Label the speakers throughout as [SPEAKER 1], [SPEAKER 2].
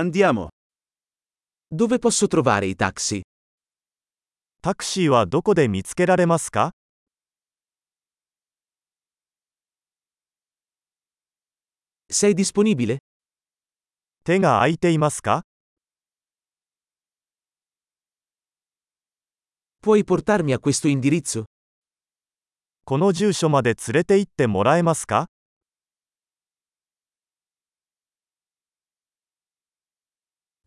[SPEAKER 1] Andiamo. Dove posso trovare i taxi?
[SPEAKER 2] タクシーはどこで見つけられますか
[SPEAKER 1] Sei disponibile?
[SPEAKER 2] 手が空いていますか
[SPEAKER 1] Puoi portarmi a questo indirizzo?
[SPEAKER 2] この住所まで連れて行ってもらえますか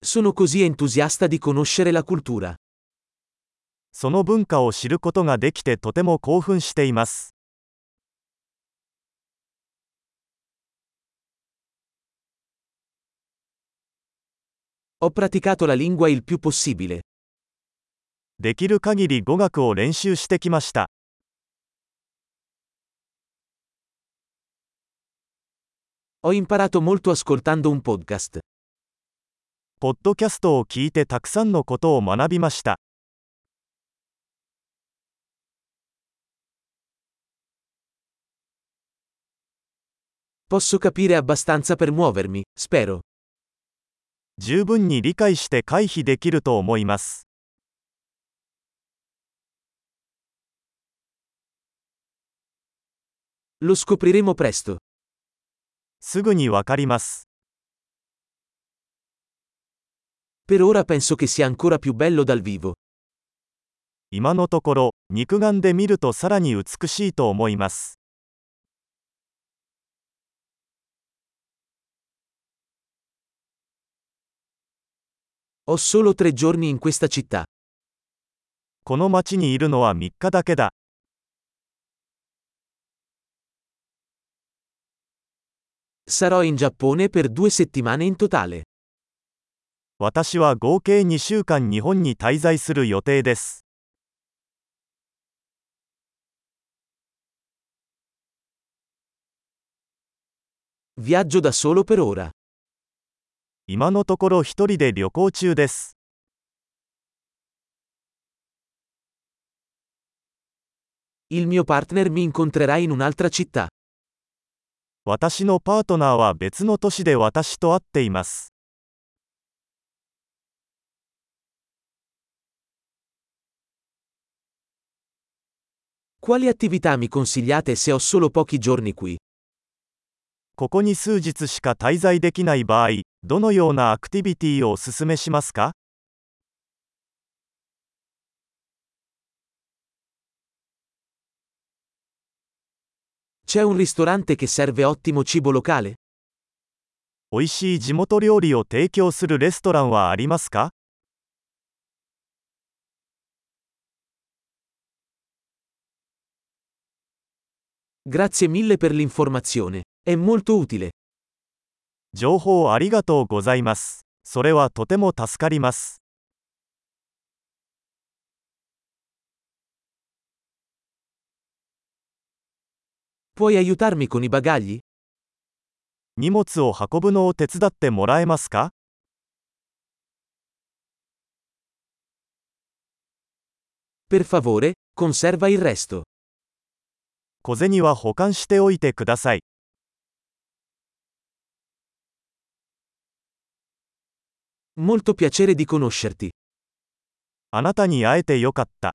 [SPEAKER 1] Sono così entusiasta di conoscere la cultura.
[SPEAKER 2] その文化を知ることができてとても興奮しています。
[SPEAKER 1] Ho praticato la lingua il più possibile.
[SPEAKER 2] できる限り語学を練習してきました。
[SPEAKER 1] Ho imparato molto ascoltando un podcast.
[SPEAKER 2] ポッドキャストを聞いてたくさんのことを学びました。
[SPEAKER 1] Posso capire abbastanza per muovermi, spero.
[SPEAKER 2] 十分に理解して回避できると思います。
[SPEAKER 1] Lo scopriremo presto.
[SPEAKER 2] すぐにわかります。
[SPEAKER 1] Per ora penso che sia ancora più bello dal vivo.
[SPEAKER 2] 今のところ、肉眼で見るとさらに美しいと思います。
[SPEAKER 1] Ho solo tre giorni in questa città.
[SPEAKER 2] この町にいるのは3日だけだ。
[SPEAKER 1] Sarò in Giappone per due settimane in totale.
[SPEAKER 2] 私は合計2週間日本に滞在する予定です。
[SPEAKER 1] Viaggio da solo per ora.
[SPEAKER 2] 今のところ一人で旅行中です。
[SPEAKER 1] Il mio partner mi incontrerà in un'altra città.
[SPEAKER 2] 私のパートナーは別の都市で私と会っています。
[SPEAKER 1] Quali attività mi consigliate se ho solo pochi giorni qui?
[SPEAKER 2] ここに数日しか滞在できない場合、どのようなアクティビティをお勧めしますか
[SPEAKER 1] C'è un ristorante che serve ottimo cibo locale?
[SPEAKER 2] 美味しい地元料理を提供するレストランはありますか
[SPEAKER 1] Grazie mille per l'informazione. È molto utile.
[SPEAKER 2] 情報ありがとうございます。それはとても助かります。
[SPEAKER 1] Puoi aiutarmi con i bagagli?
[SPEAKER 2] 荷物を運ぶのを手伝ってもらえますか
[SPEAKER 1] Per favore, conserva il resto.
[SPEAKER 2] 小銭は保管しておいてください。
[SPEAKER 1] Molto piacere di conoscerti.
[SPEAKER 2] あなたに会えてよかった。